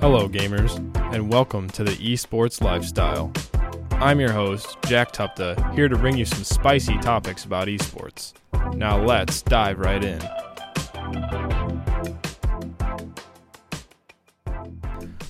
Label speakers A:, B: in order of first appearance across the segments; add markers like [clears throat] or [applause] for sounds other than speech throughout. A: Hello, gamers, and welcome to the Esports Lifestyle. I'm your host, Jack Tupta, here to bring you some spicy topics about esports. Now let's dive right in.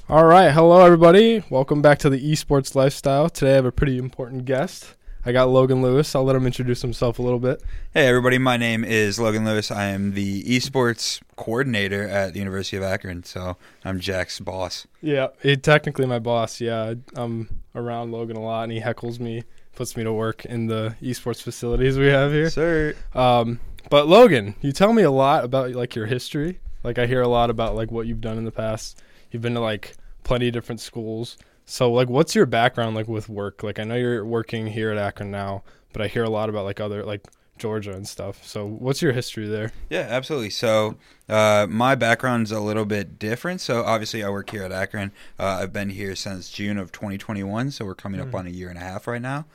A: All right, hello, everybody. Welcome back to the Esports Lifestyle. Today I have a pretty important guest. I got Logan Lewis. I'll let him introduce himself a little bit.
B: Hey, everybody. My name is Logan Lewis. I am the esports coordinator at the University of Akron. So I'm Jack's boss.
A: Yeah, he technically my boss. Yeah, I- I'm around Logan a lot, and he heckles me, puts me to work in the esports facilities we have here.
B: Sir.
A: Um, but Logan, you tell me a lot about like your history. Like I hear a lot about like what you've done in the past. You've been to like plenty of different schools. So like, what's your background like with work? Like I know you're working here at Akron now, but I hear a lot about like other like Georgia and stuff. So what's your history there?
B: Yeah, absolutely. So uh, my background's a little bit different. So obviously, I work here at Akron. Uh, I've been here since June of 2021. So we're coming up
A: Mhm.
B: on a year and a half right now.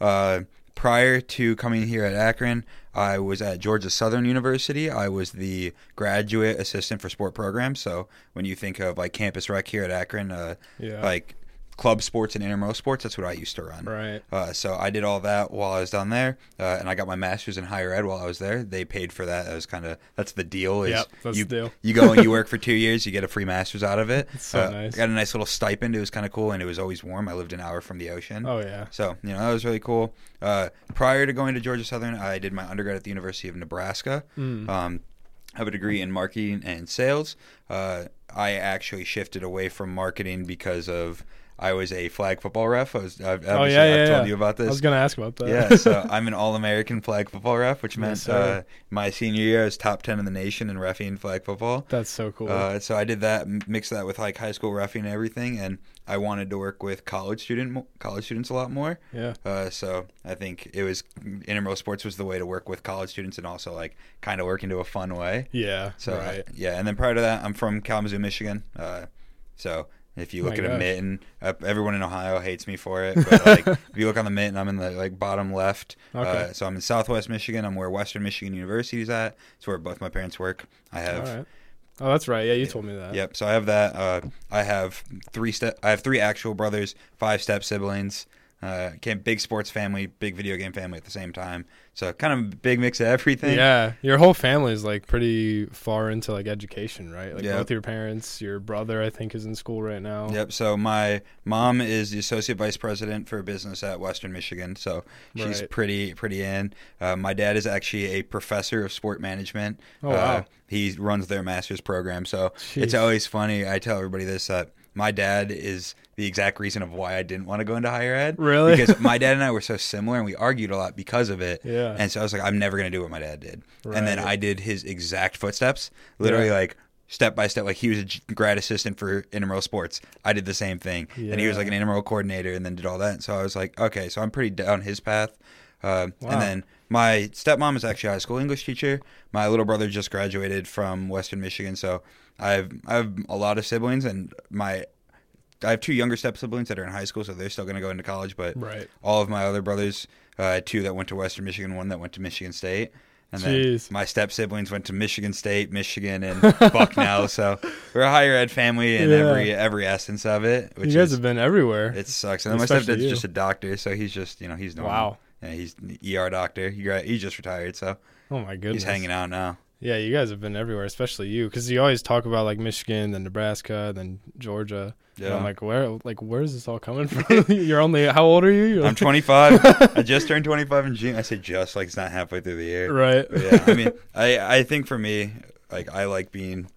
B: Uh, prior to coming here at Akron, I was at Georgia Southern University. I was the graduate assistant for sport programs. So when you think of like campus rec here at Akron, uh,
A: Yeah.
B: like club sports and intramural sports. That's what I used to run.
A: right.
B: Uh, so I did all that while I was down there, uh, and I got my master's in higher ed while I was there. They paid for that. That was kind of that's the deal. Is
A: Yep, that's
B: you,
A: the deal.
B: you go and you work for two years, you get a free master's out of it.
A: That's so
B: Uh,
A: nice.
B: Got a nice little stipend. It was kind of cool, and it was always warm. I lived an hour from the ocean.
A: Oh yeah.
B: So, you know, that was really cool. Uh, prior to going to Georgia Southern, I did my undergrad at the University of Nebraska.
A: Mm.
B: Um, I have a degree in marketing and sales. Uh, I actually shifted away from marketing because of I was a flag football ref. I was, I've,
A: Oh
B: obviously,
A: yeah,
B: I've
A: yeah.
B: told
A: yeah.
B: you about
A: I
B: this.
A: was gonna ask about that. [laughs]
B: yeah, so I'm an all-American flag football ref, which
A: Yes,
B: meant uh,
A: sir.
B: my senior year I was top ten in the nation in refing flag football.
A: That's so cool.
B: Uh, so I did that, m- mixed that with like high school refing and everything, and I wanted to work with college student mo- college students a lot more.
A: yeah.
B: Uh, so I think it was intramural sports was the way to work with college students and also like kind of work into a fun way.
A: Yeah.
B: So uh,
A: right.
B: yeah, and then prior to that, I'm from Kalamazoo, Michigan. Uh, so if you
A: Oh My
B: look at a
A: gosh.
B: mitten, uh, everyone in Ohio hates me for it. But
A: [laughs]
B: like, if you look on the mitten, I'm in the like bottom left.
A: Okay.
B: Uh, so I'm in Southwest Michigan. I'm where Western Michigan University is at. It's where both my parents work. I have.
A: All right. Oh, that's right. Yeah, you
B: Yeah.
A: told me that.
B: Yep. So I have that. Uh, I have three step. I have three actual brothers, five step siblings. Uh, came big sports family, big video game family at the same time. So kind of a big mix of everything.
A: Yeah, your whole family is like pretty far into like education, right? Like
B: Yeah.
A: both your parents, your brother, I think, is in school right now.
B: Yep. So my mom is the associate vice president for business at Western Michigan. So she's
A: Right.
B: pretty pretty in. Uh, my dad is actually a professor of sport management.
A: Oh, wow.
B: Uh, he runs their master's program. So
A: Jeez.
B: it's always funny. I tell everybody this that my dad is the exact reason of why I didn't want to go into higher ed.
A: Really? [laughs]
B: Because my dad and I were so similar, and we argued a lot because of it.
A: Yeah.
B: And so I was like, I'm never going to do what my dad did. And then
A: Right.
B: I did his exact footsteps, literally
A: Yeah.
B: like step by step. Like he was a g- grad assistant for intramural sports. I did the same thing. And he was
A: Yeah.
B: like an intramural coordinator and then did all that. And so I was like, okay, so I'm pretty down his path. Uh,
A: Wow.
B: And then my stepmom is actually a high school English teacher. My little brother just graduated from Western Michigan. So I've, I have a lot of siblings and my, I have two younger step siblings that are in high school, so they're still going to go into college. But
A: Right.
B: all of my other brothers, uh, two that went to Western Michigan, one that went to Michigan State, and
A: Jeez.
B: then my step siblings went to Michigan State, Michigan,
A: [laughs]
B: and Bucknell. So we're a higher ed family in
A: Yeah.
B: every every essence of it, which
A: you guys
B: is
A: have been everywhere.
B: it sucks. And then my
A: Especially
B: stepdad's
A: you.
B: just a doctor, so he's just you know he's normal.
A: wow.
B: Yeah, he's an ER doctor. He gra- he just retired, so
A: Oh my goodness.
B: he's hanging out now.
A: Yeah, you guys have been everywhere, especially you, because you always talk about like Michigan, then Nebraska, then Georgia. And
B: Yeah,
A: I'm like, where? Like, where is this all coming from? [laughs] You're only how old are you? You're
B: I'm 25. I just turned 25 in June. I say just like it's not halfway through the year.
A: [laughs] right.
B: But yeah, I mean, I I think for me, like I like being.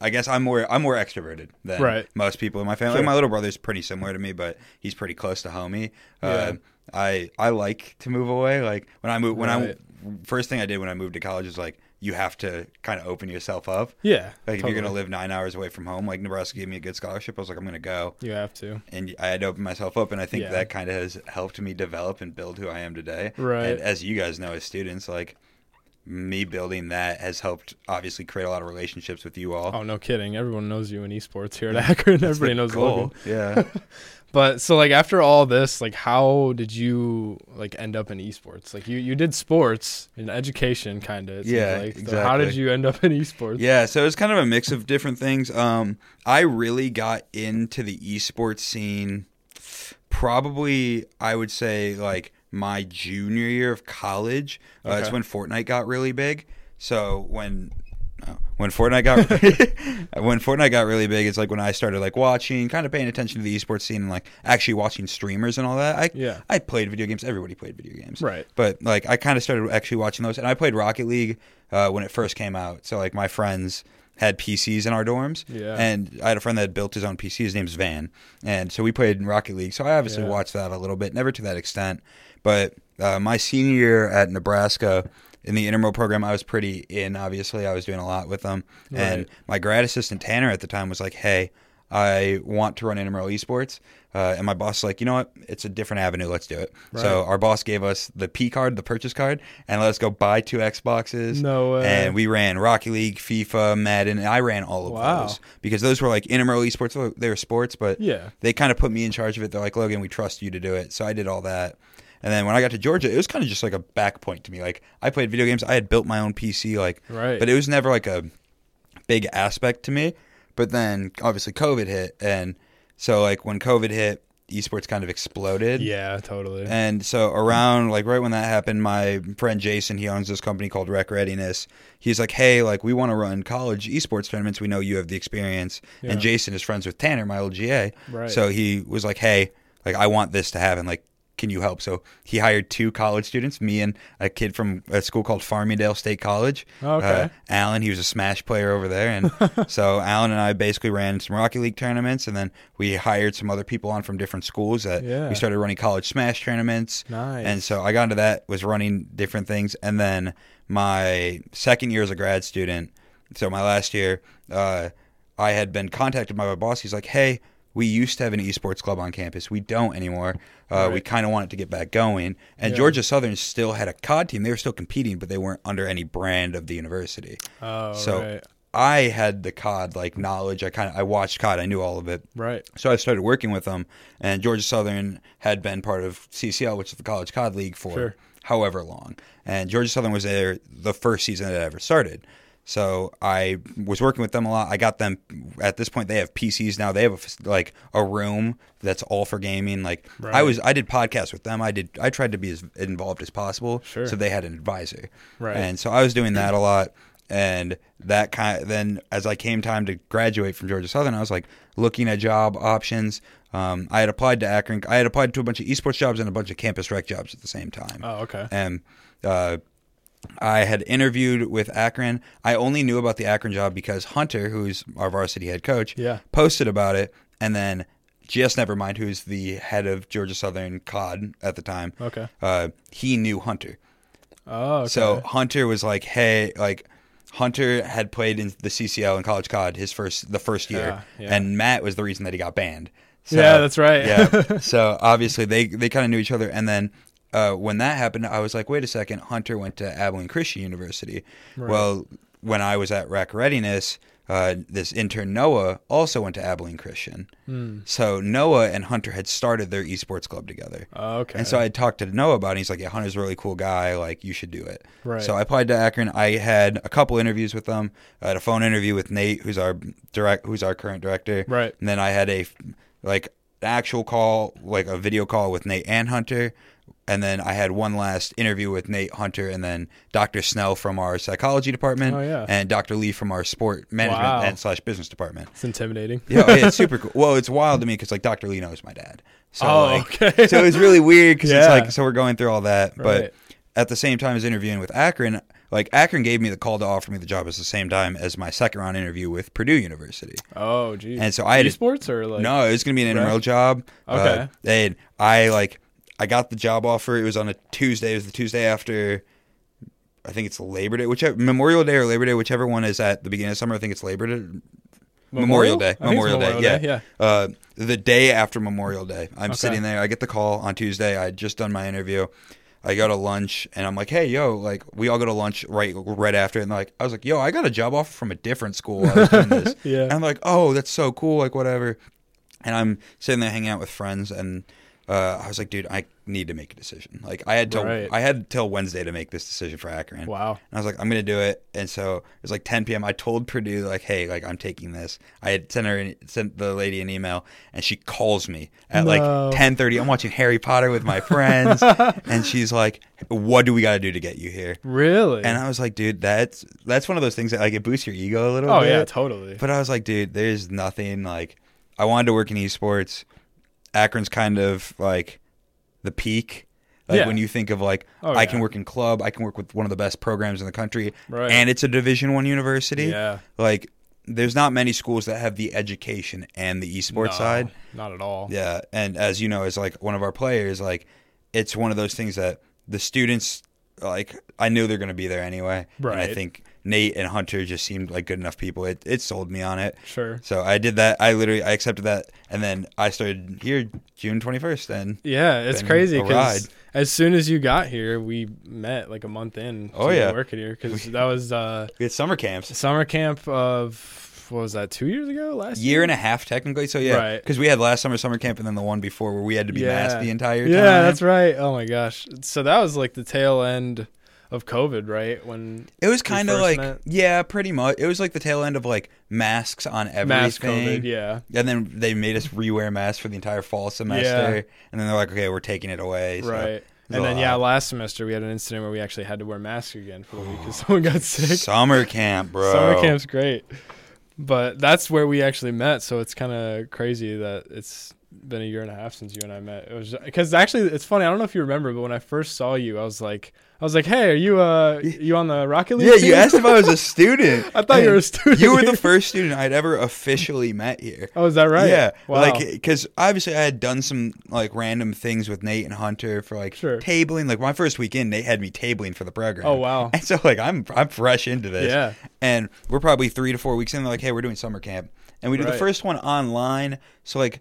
B: I guess I'm more I'm more extroverted than
A: Right.
B: most people in my family.
A: Sure.
B: My little brother's pretty similar to me, but he's pretty close to homie.
A: Yeah.
B: Uh, I I like to move away. Like when I moved when
A: Right.
B: I first thing I did when I moved to college is like you have to kind of open yourself up.
A: [laughs] yeah.
B: Like if you're
A: totally.
B: gonna live nine hours away from home, like Nebraska gave me a good scholarship, I was like I'm gonna go,
A: you have to.
B: and I had to open myself up, and I think
A: Yeah.
B: that kind of has helped me develop and build who I am today.
A: Right.
B: And as you guys know as students, like me building that has helped obviously create a lot of relationships with you all.
A: Oh, no kidding. Everyone knows you in esports here at [laughs] Akron.
B: That's the
A: Everybody knows
B: goal.
A: Logan. [laughs]
B: Yeah.
A: But so like after all this, like how did you like end up in esports? Like you you did sports in education kind of.
B: Yeah,
A: like. So how did
B: exactly.
A: you end up in esports?
B: Yeah, so it's kind of a mix of different things. Um, I really got into the esports scene probably, I would say, like my junior year of college. Uh, That's
A: Okay.
B: when Fortnite got really big. So when oh, when Fortnite
A: [laughs]
B: got when Fortnite got really big, it's like when I started like watching, kind of paying attention to the esports scene, and like actually watching streamers and all that. I
A: Yeah.
B: I played video games. Everybody played video games
A: Right.
B: but like I kind of started actually watching those, and I played Rocket League uh, when it first came out. So like my friends had PCs in our dorms,
A: Yeah.
B: and I had a friend that had built his own PC. His name's Van, and so we played Rocket League. So I obviously
A: Yeah.
B: watched that a little bit, never to that extent, but uh, my senior year at Nebraska. In the intramural program, I was pretty in. Obviously, I was doing a lot with them, and
A: Right.
B: my grad assistant Tanner at the time was like, "Hey, I want to run intramural esports," uh, and my boss was like, "You know what? It's a different avenue. Let's do it." So
A: Right.
B: our boss gave us the P card, the purchase card, and let us go buy two Xboxes.
A: No way.
B: And we ran Rocky League, FIFA, Madden. And I ran all of
A: Wow.
B: those because those were like intramural esports. They were sports, but
A: Yeah.
B: they kind of put me in charge of it. They're like, Logan, we trust you to do it. So I did all that. And then when I got to Georgia, it was kind of just like a back point to me. Like I played video games. I had built my own PC. Like,
A: Right.
B: but it was never like a big aspect to me. But then obviously COVID hit, and so like when COVID hit, esports kind of exploded.
A: Yeah, totally.
B: And so around like right when that happened, my friend Jason, he owns this company called Rec Readiness. He's like, "Hey, like we want to run college esports tournaments. We know you have the experience."
A: Yeah.
B: And Jason is friends with Tanner, my old GA.
A: Right.
B: So he was like, "Hey, like I want this to happen. Like, can you help?" So he hired two college students, me and a kid from a school called Farmingdale State College.
A: Oh, Okay.
B: Uh, Alan, he was a Smash player over
A: [laughs]
B: there, and so Alan and I basically ran some Rocky League tournaments, and then we hired some other people on from different schools that
A: Yeah.
B: we started running college Smash tournaments.
A: Nice.
B: And so I got into that, was running different things, and then my second year as a grad student, so my last year, uh, I had been contacted by my boss. He's like, "Hey, we used to have an esports club on campus. We don't anymore. Uh, We
A: Right.
B: kind of want it to get back going." And
A: Yeah.
B: Georgia Southern still had a COD team. They were still competing, but they weren't under any brand of the university.
A: oh,
B: so-
A: right.
B: I had the COD like knowledge. I kind of I watched COD. I knew all of it.
A: Right.
B: So I started working with them, and Georgia Southern had been part of CCL, which is the College COD League, for
A: Sure.
B: however long. And Georgia Southern was there the first season that it ever started. So I was working with them a lot. I got them at this point. They have PCs now. They have a, f- like a room that's all for gaming. Like I
A: Right.
B: was, I did podcasts with them. I did. I tried to be as involved as possible.
A: Sure.
B: So they had an advisor.
A: Right.
B: And so I was doing that a lot. And that kind then as I came time to graduate from Georgia Southern, I was like looking at job options. Um, I had applied to Akron. I had applied to a bunch of esports jobs and a bunch of campus rec jobs at the same time.
A: Oh, okay.
B: And uh, I had interviewed with Akron. I only knew about the Akron job because Hunter, who's our varsity head coach,
A: Yeah.
B: posted about it. And then just never mind, who's the head of Georgia Southern COD at the time,
A: Okay.
B: uh, he knew Hunter.
A: Oh, okay.
B: So Hunter was like, "Hey, like." Hunter had played in the CCL in college COD his first the first year,
A: Yeah, yeah.
B: and Matt was the reason that he got banned. So-
A: Yeah, that's right. [laughs]
B: yeah. So obviously they they kind of knew each other, and then uh, when that happened, I was like, "Wait a second, Hunter went to Abilene Christian University." Well, when I was at Rec Readiness, uh, this intern Noah also went to Abilene Christian.
A: Hmm.
B: So Noah and Hunter had started their esports club together.
A: Oh, okay.
B: And so I talked to Noah about it. and He's like, yeah, Hunter's a really cool guy. Like, you should do it.
A: Right.
B: So I applied to Akron. I had a couple interviews with them. I had a phone interview with Nate, who's our direct, who's our current director.
A: Right.
B: And then I had a like an actual call, like a video call with Nate and Hunter. And then I had one last interview with Nate Hunter and then Dr. Snell from our psychology department
A: Oh, yeah.
B: and Dr. Lee from our sport management
A: Wow.
B: and slash business department.
A: it's intimidating.
B: Yeah,
A: [laughs]
B: oh, yeah, it's super cool. Well, it's wild to me because like Dr. Lee knows my dad. So,
A: Oh,
B: like,
A: okay.
B: so it's really weird because it's
A: Yeah.
B: like so we're going through all that,
A: Right.
B: but at the same time as interviewing with Akron, like Akron gave me the call to offer me the job at the same time as my second round interview with Purdue University.
A: Oh, geez.
B: And so I had
A: esports or like
B: no, it was gonna be an intramural job. uh,
A: Okay.
B: and I like I got the job offer. It was on a Tuesday. It was the Tuesday after. I think it's Labor Day, whichever Memorial Day or Labor Day, whichever one is at the beginning of summer. I think it's Labor Day. Memorial, Day.
A: I think it's
B: Memorial, Day. Yeah.
A: Yeah.
B: Uh, the day after Memorial Day, I'm sitting there. I get the call on Tuesday. I had just done my interview. I go to lunch and I'm like, hey, yo, like we all go to lunch right right after, and like I was like, yo, I got a job offer from a different school. While I was doing this.
A: [laughs] Yeah.
B: And I'm like, oh, that's so cool, like whatever. And I'm sitting there hanging out with friends, and uh, I was like, dude, I need to make a decision. Like I had till
A: Right.
B: I had till Wednesday to make this decision for Akron.
A: Wow.
B: And I was like, I'm gonna do it. And so it was like 10 p.m. I told Purdue like, hey, like I'm taking this. I had sent her an, sent the lady an email, and she calls me at like
A: No.
B: 10:30. I'm watching Harry Potter with
A: [laughs]
B: my friends, and she's like, what do we gotta do to get you here?
A: Really?
B: And I was like, dude, that's that's one of those things that like it boosts your ego a little
A: oh
B: bit.
A: yeah, totally.
B: But I was like, dude, there's nothing like I wanted to work in esports. Akron's kind of like the peak. Like
A: Yeah.
B: when you think of like
A: Oh,
B: I
A: yeah.
B: can work in club, I can work with one of the best programs in the country,
A: Right.
B: and it's a Division One university.
A: yeah.
B: Like there's not many schools that have the education and the esports
A: No,
B: side.
A: Not at all.
B: Yeah, and as you know, as like one of our players, like it's one of those things that the students like. I knew they're going to be there anyway, And I
A: Right.
B: think Nate and Hunter just seemed like good enough people. It it sold me on it.
A: Sure.
B: So I did that. I literally I accepted that, and then I started here June twenty first. And
A: Yeah, it's
B: Been
A: crazy
B: a ride.
A: because as soon as you got here, we met like a month in.
B: Oh,
A: to
B: yeah.
A: work here because that was uh,
B: we had summer camps,
A: summer camp of what was that? Two years ago, last
B: year and a half technically. So yeah,
A: Right.
B: because we had last summer summer camp, and then the one before where we had to be masked the entire time.
A: Yeah, that's right. Oh my gosh. So that was like the tail end of COVID, right? When
B: It was kind of
A: first
B: like
A: met?
B: yeah, pretty much. It was like the tail end of like masks on everything.
A: mass COVID, yeah.
B: And then they made us rewear masks for the entire fall semester.
A: Yeah.
B: And then they're like, okay, we're taking it away. So
A: Right.
B: a
A: And then yeah,
B: lot.
A: last semester we had an incident where we actually had to wear masks again for a week because someone got sick.
B: [laughs] Summer camp, bro.
A: Summer camp's great. But that's where we actually met, so it's kind of crazy that it's been a year and a half since you and I met. It was because actually it's funny. I don't know if you remember, but when I first saw you, I was like, I was like, "Hey, are you uh you on the Rocket League?"
B: Yeah, you
A: team?"
B: asked if I was a student.
A: I thought you
B: and
A: were a student.
B: You were the first student I'd ever officially met here.
A: [laughs] Oh, is that right?
B: Yeah,
A: Wow.
B: like eh, because obviously I had done some like random things with Nate and Hunter for like
A: Sure.
B: tabling. Like my first weekend, Nate had me tabling for the program.
A: oh wow.
B: [laughs] And so like I'm I'm fresh into this.
A: Yeah.
B: And we're probably three to four weeks in. They're like, hey, we're doing summer camp, and we did the
A: Right.
B: first one online. So like,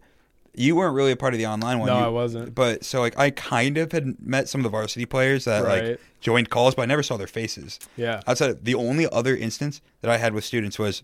B: you weren't really a part of the online one.
A: No,
B: You-
A: I wasn't.
B: But so like I kind of had met some of the varsity players that like
A: Right.
B: joined calls, but I never saw their faces.
A: Yeah.
B: Outside of, the only other instance that I had with students was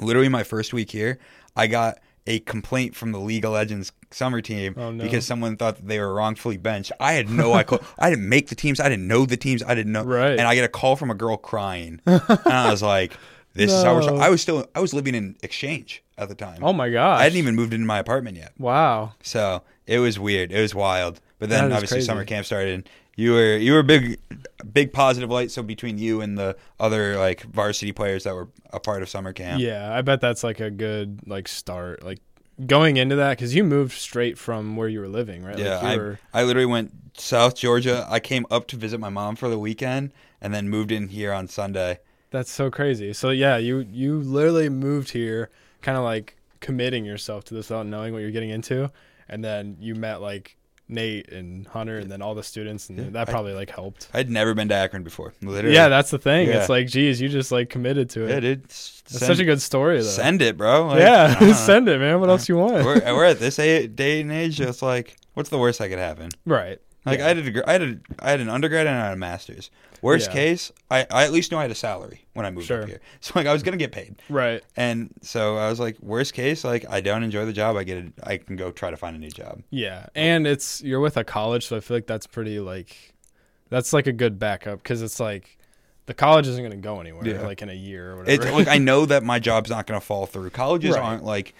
B: literally my first week here. I got a complaint from the League of Legends summer team
A: Oh, no.
B: because someone thought that they were wrongfully benched. I had no idea. I didn't make the teams. I didn't know the teams. I didn't know.
A: Right.
B: And I get a call from a girl crying, and I was like, "This is how we're."
A: [laughs] No.
B: I was still. I was living in exchange at the time.
A: Oh my gosh.
B: I hadn't even moved into my apartment yet.
A: Wow.
B: So it was weird. It was wild. But
A: That
B: then
A: is
B: obviously
A: crazy.
B: summer camp started. And you were you were a big, big positive light. So between you and the other like varsity players that were a part of summer camp,
A: Yeah, I bet that's like a good like start. Like going into that because you moved straight from where you were living, right?
B: Yeah,
A: Like you were,
B: I, I literally went South Georgia. I came up to visit my mom for the weekend, and then moved in here on Sunday.
A: that's so crazy. So yeah, you you literally moved here, kind of like committing yourself to this without knowing what you're getting into, and then you met like Nate and Hunter, and then all the students, and that probably like helped.
B: I'd never been to Akron before. Literally,
A: Yeah, that's the thing.
B: Yeah.
A: It's like, geez, you just like committed to it.
B: yeah, dude.
A: That's
B: Send,
A: such a good story, though.
B: send it, bro. Like,
A: yeah, [laughs]
B: uh,
A: send it, man. What else you want?
B: we're, we're at this a- day and age. It's like, what's the worst that could happen?
A: [laughs] right.
B: Like I did, a, gr- I had a, I had an undergrad and I had a master's. Worst
A: Yeah.
B: case, I, I at least knew I had a salary when I moved
A: Sure.
B: up here, [laughs] so like I was gonna get paid.
A: Right.
B: And so I was like, worst case, like I don't enjoy the job, I get, a, I can go try to find a new job.
A: Yeah, and it's you're with a college, so I feel like that's pretty like that's like a good backup because it's like the college isn't going to go anywhere
B: Yeah.
A: like in a year or
B: It's
A: whatever. [laughs]
B: like I know that my job's not gonna fall through. Colleges
A: Right.
B: aren't like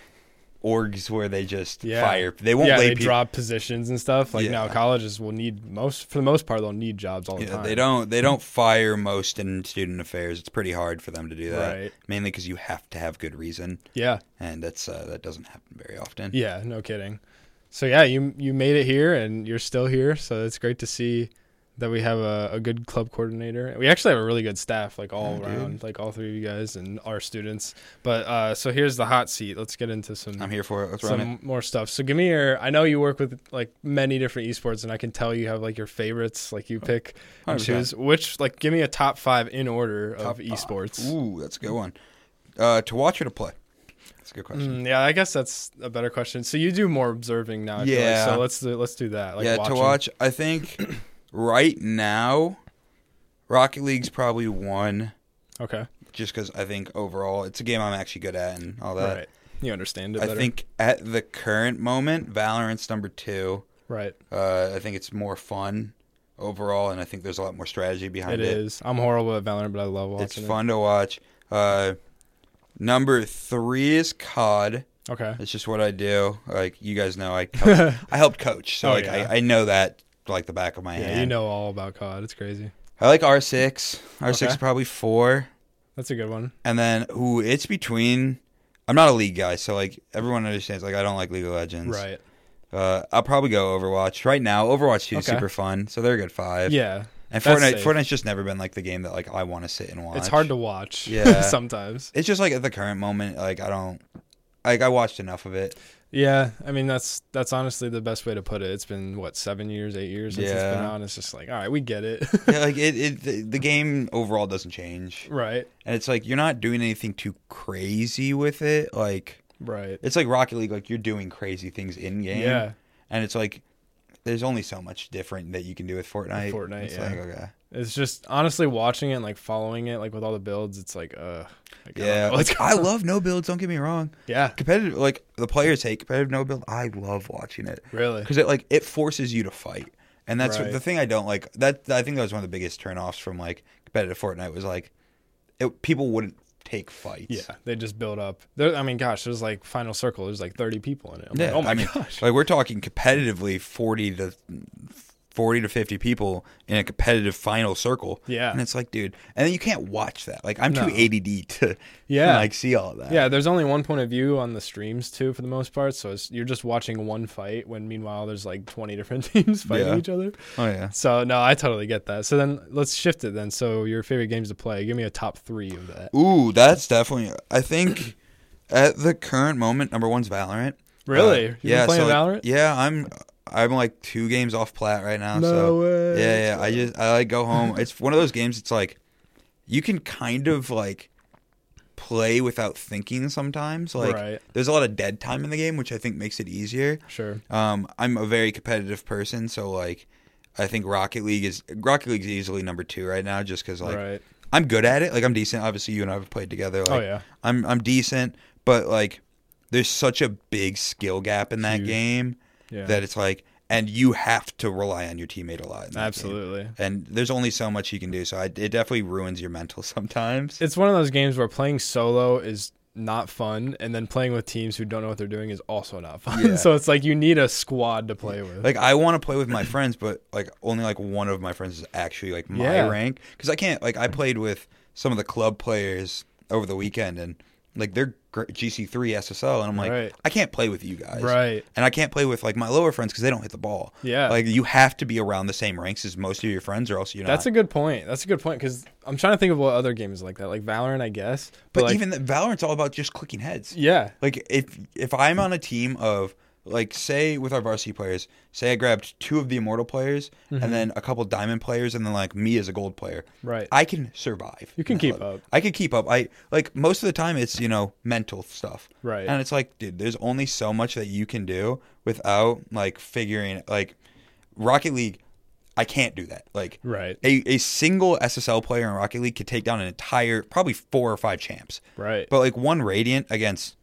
B: orgs where they just
A: Yeah.
B: fire. They won't
A: yeah,
B: lay
A: they
B: people.
A: drop positions and stuff. Like
B: Yeah.
A: now, colleges will need most for the most part they'll need jobs all the
B: Yeah,
A: time.
B: they don't. They don't fire most in student affairs. It's pretty hard for them to do that,
A: Right.
B: mainly because you have to have good reason,
A: Yeah,
B: and that's uh, that doesn't happen very often.
A: yeah, no kidding. So yeah, you you made it here and you're still here, so it's great to see that we have a, a good club coordinator. We actually have a really good staff, like all
B: Yeah, dude.
A: around, like all three of you guys and our students. But uh, so here's the hot seat. Let's get into some
B: I'm here for it. Let's run it.
A: some more stuff. So give me your. I know you work with like many different esports, and I can tell you have like your favorites. Like you pick and
B: 100%.
A: choose which. Like give me a top five in order of esports.
B: uh, Ooh, that's a good one. Uh, to watch or to play? That's a good question.
A: Mm, yeah, I guess that's a better question. So you do more observing now. I feel like.
B: Yeah.
A: So let's do, let's do that. Like
B: yeah,
A: watching. [clears throat]
B: to watch. I think right now, Rocket League's probably one,
A: Okay.
B: just because I think overall it's a game I'm actually good at and all that.
A: right. You understand it
B: Uh, I
A: better.
B: think at the current moment, Valorant's number two.
A: right.
B: Uh, I think it's more fun overall, and I think there's a lot more strategy
A: It
B: behind it.
A: is. I'm horrible at Valorant, but I love watching
B: It's fun to watch. Uh, number three is COD.
A: it.
B: [laughs]
A: Okay.
B: It's just what I do. Like you guys know, I help, I helped coach, so
A: Oh,
B: like
A: yeah.
B: I, I know that like the back of my
A: [laughs]
B: hand.
A: Yeah, you know all about COD. It's crazy.
B: I like R six. R six
A: Okay.
B: is probably four,
A: That's a good one.
B: and then ooh, it's between. I'm not a league guy, so like everyone understands. Like I don't like League of Legends.
A: Right.
B: Uh, I'll probably go Overwatch right now. Overwatch two is
A: Okay.
B: super fun, so they're a good five.
A: Yeah.
B: and
A: that's
B: Fortnite.
A: safe.
B: Fortnite's just never been like the game that like I want to sit and watch.
A: It's hard to watch. [laughs]
B: Yeah.
A: sometimes.
B: It's just like at the current moment, like I don't. Like I watched enough of it. [laughs]
A: Yeah, I mean that's that's honestly the best way to put it. It's been what seven years, eight years since it's been
B: Yeah.
A: out. It's just like, all right, we get it.
B: Yeah, like it, it, the, the game overall doesn't change.
A: [laughs] right,
B: and it's like you're not doing anything too crazy with it. Like
A: right.
B: it's like Rocket League, like you're doing crazy things in game.
A: Yeah,
B: and it's like there's only so much different that you can do with Fortnite.
A: With Fortnite,
B: it's
A: yeah.
B: like okay,
A: it's just honestly watching it, and, like following it, like with all the builds. It's like, uh, like, I
B: yeah.
A: don't know what's
B: I
A: going on.
B: love no builds. Don't get me wrong.
A: yeah,
B: Competitive, like the players hate competitive no build. I love watching it [laughs]
A: really,
B: because it like it forces you to fight, and that's what-
A: Right.
B: the thing I don't like. That I think that was one of the biggest turnoffs from like competitive Fortnite was like it, people wouldn't take fights.
A: yeah. They just build up. There, I mean, gosh, there's like final circle. There's like 30 people in it. I'm
B: Yeah,
A: like, oh my
B: I mean,
A: gosh,
B: like we're talking competitively forty to forty to fifty people in a competitive final circle.
A: Yeah.
B: and it's like, dude, and then you can't watch that. Like, I'm
A: No.
B: too ADD to
A: Yeah.
B: like see all that.
A: Yeah, there's only one point of view on the streams too, for the most part. So it's, you're just watching one fight when meanwhile there's like 20 different [laughs] teams fighting
B: Yeah.
A: each other.
B: Oh yeah.
A: So no, I totally get that. So then let's shift it then. So your favorite games to play. Give me a top three of that.
B: Ooh, that's definitely. I think at the current moment, number one's Valorant.
A: Really?
B: Uh,
A: You've been playing
B: so, like,
A: Valorant?
B: yeah, I'm. I'm like two games off plat right now.
A: No
B: so
A: way.
B: Yeah, yeah. I just I like go home. it's one of those games. It's like you can kind of like play without thinking sometimes. Like
A: Right.
B: there's a lot of dead time in the game, which I think makes it easier.
A: Sure.
B: Um, I'm a very competitive person, so like I think Rocket League is Rocket League's easily number two right now, just because like
A: right.
B: I'm good at it. Like I'm decent. Obviously, you and I have played together. Like,
A: Oh, yeah.
B: I'm I'm decent, but like there's such a big skill gap in that
A: Huge.
B: game
A: Yeah.
B: that it's like, and you have to rely on your teammate a lot. in that game.
A: Absolutely.
B: And there's only so much you can do, so I, it definitely ruins your mental [laughs] sometimes.
A: It's one of those games where playing solo is not fun and then playing with teams who don't know what they're doing is also not fun. [laughs]
B: Yeah.
A: so it's like you need a squad to play with.
B: Like I want to play with my friends, but like only like one of my friends is actually like my
A: Yeah.
B: rank because I can't. Like I played with some of the club players over the weekend, and like they're GC three SSL, and I'm like,
A: Right.
B: I can't play with you guys,
A: Right.
B: And I can't play with like my lower friends because they don't hit the ball.
A: Yeah.
B: like you have to be around the same ranks as most of your friends, or else you're
A: That's
B: not.
A: a good point. That's a good point because I'm trying to think of what other games like that, like Valorant, I guess. But,
B: but
A: like,
B: even the, Valorant's all about just clicking heads.
A: yeah,
B: Like if if I'm on a team of like say with our varsity players, say I grabbed two of the immortal players
A: Mm-hmm.
B: and then a couple diamond players and then like me as a gold player.
A: Right.
B: I can survive.
A: You can
B: in that
A: keep
B: level.
A: up.
B: I can keep up. I like most of the time it's, you know, mental stuff.
A: Right.
B: And it's like, dude, there's only so much that you can do without like figuring like Rocket League I can't do that. Like
A: Right.
B: a, a single SSL player in Rocket League could take down an entire probably four or five champs.
A: right.
B: But like one radiant against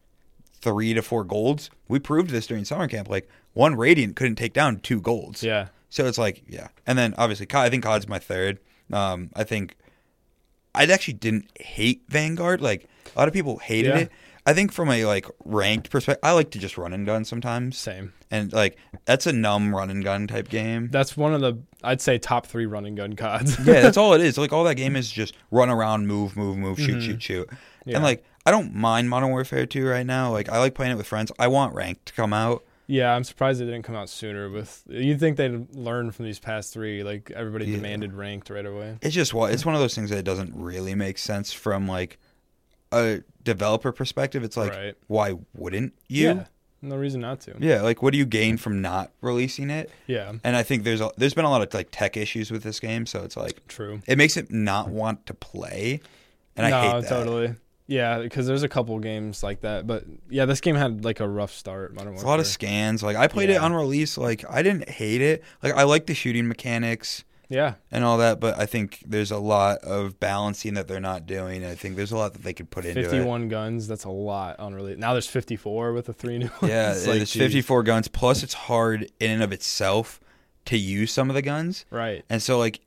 B: three to four golds, we proved this during summer camp. Like one radiant couldn't take down two golds.
A: yeah,
B: So it's like yeah, and then obviously COD, I think COD's my third. Um, I think I actually didn't hate Vanguard. Like a lot of people hated
A: Yeah.
B: it. I think from a like ranked perspective, I like to just run and gun sometimes.
A: same.
B: And like that's a numb run and gun type game.
A: That's one of the I'd say top three running gun cods.
B: [laughs] yeah, that's all it is. Like all that game is just run around, move, move, move, shoot, shoot, shoot.
A: Mm-hmm. Yeah.
B: And like I don't mind Modern Warfare 2 right now. Like I like playing it with friends. I want ranked to come out.
A: [laughs] yeah, I'm surprised it didn't come out sooner. With you'd think they'd learn from these past three. Like everybody
B: Yeah.
A: demanded ranked right away.
B: It's just wa- it's one of those things that doesn't really make sense from like a developer perspective. It's like
A: Right.
B: why wouldn't you?
A: Yeah, no reason not to.
B: Yeah, like what do you gain from not releasing it?
A: Yeah,
B: And I think there's a, there's been a lot of like tech issues with this game, so it's like
A: true.
B: it makes it not want to play. And
A: no,
B: I hate that.
A: totally. Yeah, because there's a couple games like that, but yeah, this game had like a rough start. Modern
B: It's
A: Warfare.
B: a lot of scans. Like I played it
A: Yeah.
B: on release. Like I didn't hate it. Like I like the shooting mechanics.
A: Yeah.
B: and all that. But I think there's a lot of balancing that they're not doing. I think there's a lot that they could put into it.
A: 51 guns. That's a lot on really. Now there's 54 with the three new [laughs] ones.
B: Yeah,
A: It's
B: there's
A: like, geez.
B: 54 guns. Plus, it's hard in and of itself to use some of the guns.
A: Right.
B: And so, like,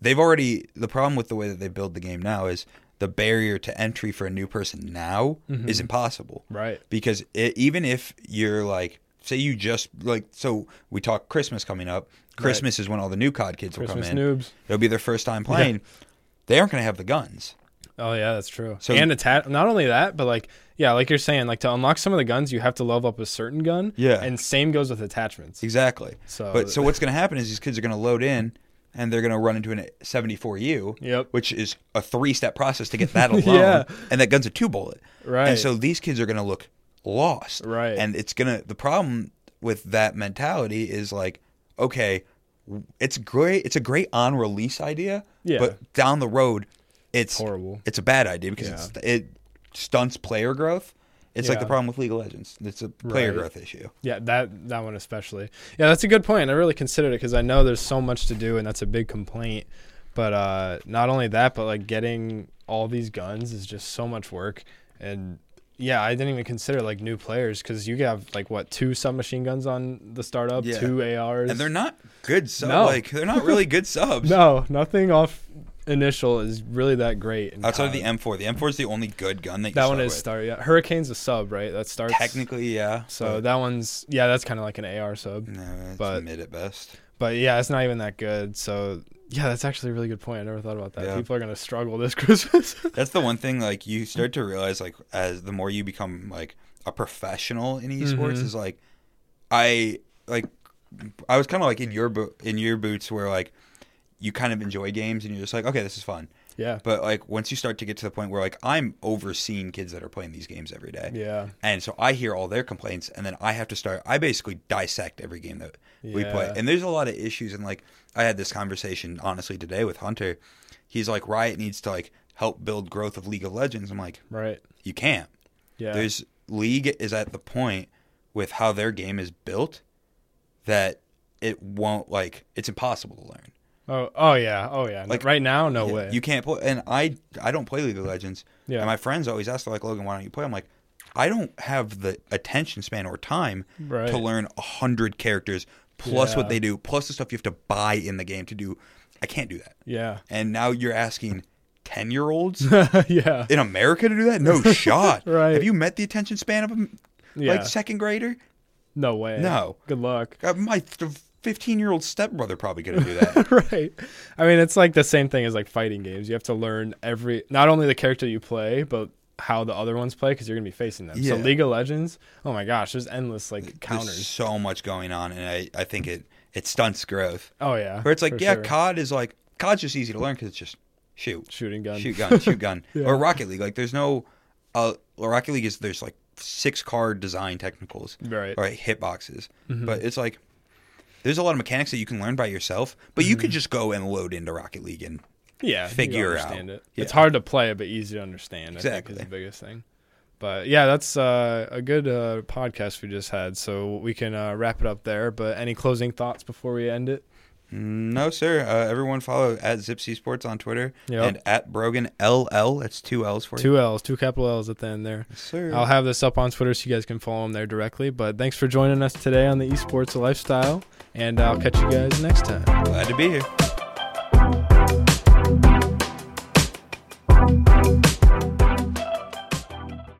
B: they've already the problem with the way that they build the game now is the barrier to entry for a new person now
A: Mm-hmm.
B: is impossible.
A: Right.
B: Because it, even if you're like, say you just like, so we talk Christmas coming up. Christmas is when all the new COD kids will
A: Christmas
B: come in.
A: noobs.
B: It'll be their first time playing. They aren't going to have the guns.
A: Oh yeah, that's true.
B: So-
A: and attack. Not only that, but like yeah, like you're saying, like to unlock some of the guns, you have to level up a certain gun.
B: Yeah.
A: And same goes with attachments.
B: Exactly.
A: So-
B: but so what's going to happen is these kids are going to load in and they're going to run into an 74U,
A: Yep.
B: which is a three-step process
A: [laughs]
B: to get that alone,
A: Yeah.
B: and that gun's a two-bullet.
A: Right.
B: And so these kids are going to look lost.
A: Right.
B: And it's going to the problem with that mentality is like, okay, it's great. It's a great on-release idea,
A: Yeah.
B: but down the road, it's
A: Horrible.
B: It's a bad idea because it's, it stunts player growth. It's like the
A: Yeah.
B: problem with League of Legends. It's a player
A: Right.
B: growth issue.
A: Yeah, that that one especially. Yeah, that's a good point. I really considered it because I know there's so much to do, and that's a big complaint. But uh, not only that, but like getting all these guns is just so much work. And yeah, I didn't even consider like new players because you have like what two submachine guns on the startup,
B: Yeah.
A: two ARs,
B: and they're not good subs.
A: No.
B: Like they're not really
A: [laughs]
B: good subs.
A: no nothing off initial is really that great. in
B: Outside of
A: COD.
B: the M4, the M4 is the only good gun that you
A: that
B: start
A: one is
B: with.
A: start. Yeah, Hurricane's a sub, right? That starts
B: technically yeah.
A: So that one's yeah, that's kind of like an AR sub.
B: but, no, it's
A: but-
B: mid at best.
A: but yeah, it's not even that good. So yeah, that's actually a really good point. I never thought about that.
B: Yeah.
A: People are gonna struggle this [laughs] Christmas.
B: That's the one thing like you start to realize like as the more you become like a professional in
A: Mhm.
B: esports is like I like I was kind of like in your bo- in your boots where like you kind of enjoy games and you're just like okay this is fun.
A: yeah,
B: But like once you start to get to the point where like I'm overseeing kids that are playing these games every day.
A: yeah,
B: And so I hear all their complaints, and then I have to start. I basically dissect every game that we play.
A: Yeah.
B: And there's a lot of issues. And like, I had this conversation honestly today with Hunter. He's like, Riot needs to like help build growth of League of Legends. I'm like,
A: right.
B: you can't.
A: Yeah,
B: There's League is at the point with how their game is built that it won't like it's impossible to learn.
A: oh, oh yeah, oh yeah.
B: Like-
A: Like right now, no
B: Yeah,
A: way.
B: You can't play. And I I don't play League of Legends.
A: Yeah.
B: And my friends always ask, they're like, Logan, why don't you play? I'm like, I don't have the attention span or time
A: Right.
B: to learn a hundred characters plus what
A: Yeah.
B: they do plus the stuff you have to buy in the game to do. I can't do that.
A: yeah, [laughs]
B: And now you're asking ten year olds
A: yeah,
B: in America to do
A: [laughs]
B: that? No shot.
A: Right.
B: Have you met the attention span of a
A: Yeah.
B: like second grader?
A: no way.
B: No.
A: good luck.
B: Uh, My fifteen year old stepbrother probably gonna do
A: [laughs]
B: that.
A: right. I mean, it's like the same thing as like fighting games. You have to learn every not only the character you play, but how the other ones play because you're gonna be facing them. So
B: Yeah.
A: League of Legends, oh my gosh, there's endless like
B: There's
A: counters.
B: so much going on, and I, I think it it stunts growth.
A: Oh yeah,
B: Where it's like,
A: for
B: yeah,
A: sure.
B: COD is like COD's just easy to learn because it's just shoot,
A: shooting gun.
B: shoot gun,
A: [laughs]
B: shoot gun, or Rocket League. Like, there's no, uh, well, Rocket League is there's like six card design technicals,
A: Right. Mm-hmm.
B: Or like hitboxes, but it's like there's a lot of mechanics that you can learn by yourself, but you could
A: Mm-hmm.
B: just go and load into Rocket League and
A: yeah, you
B: figure
A: understand
B: out.
A: It.
B: Yeah.
A: It's hard to play, but easy to understand. I think
B: Exactly.
A: is the biggest thing. But yeah, that's uh, a good uh, podcast we just had, so we can uh, wrap it up there. But any closing thoughts before we end it?
B: no, sir. Uh, everyone follow at Zipsy Sports on Twitter
A: Yep.
B: and at Brogan LL. That's two L's for you,
A: Two L's, two capital L's at the end there.
B: sir.
A: I'll have this up on Twitter so you guys can follow him there directly. But thanks for joining us today on the Esports Lifestyle, and I'll catch you guys next time.
B: Glad to be here.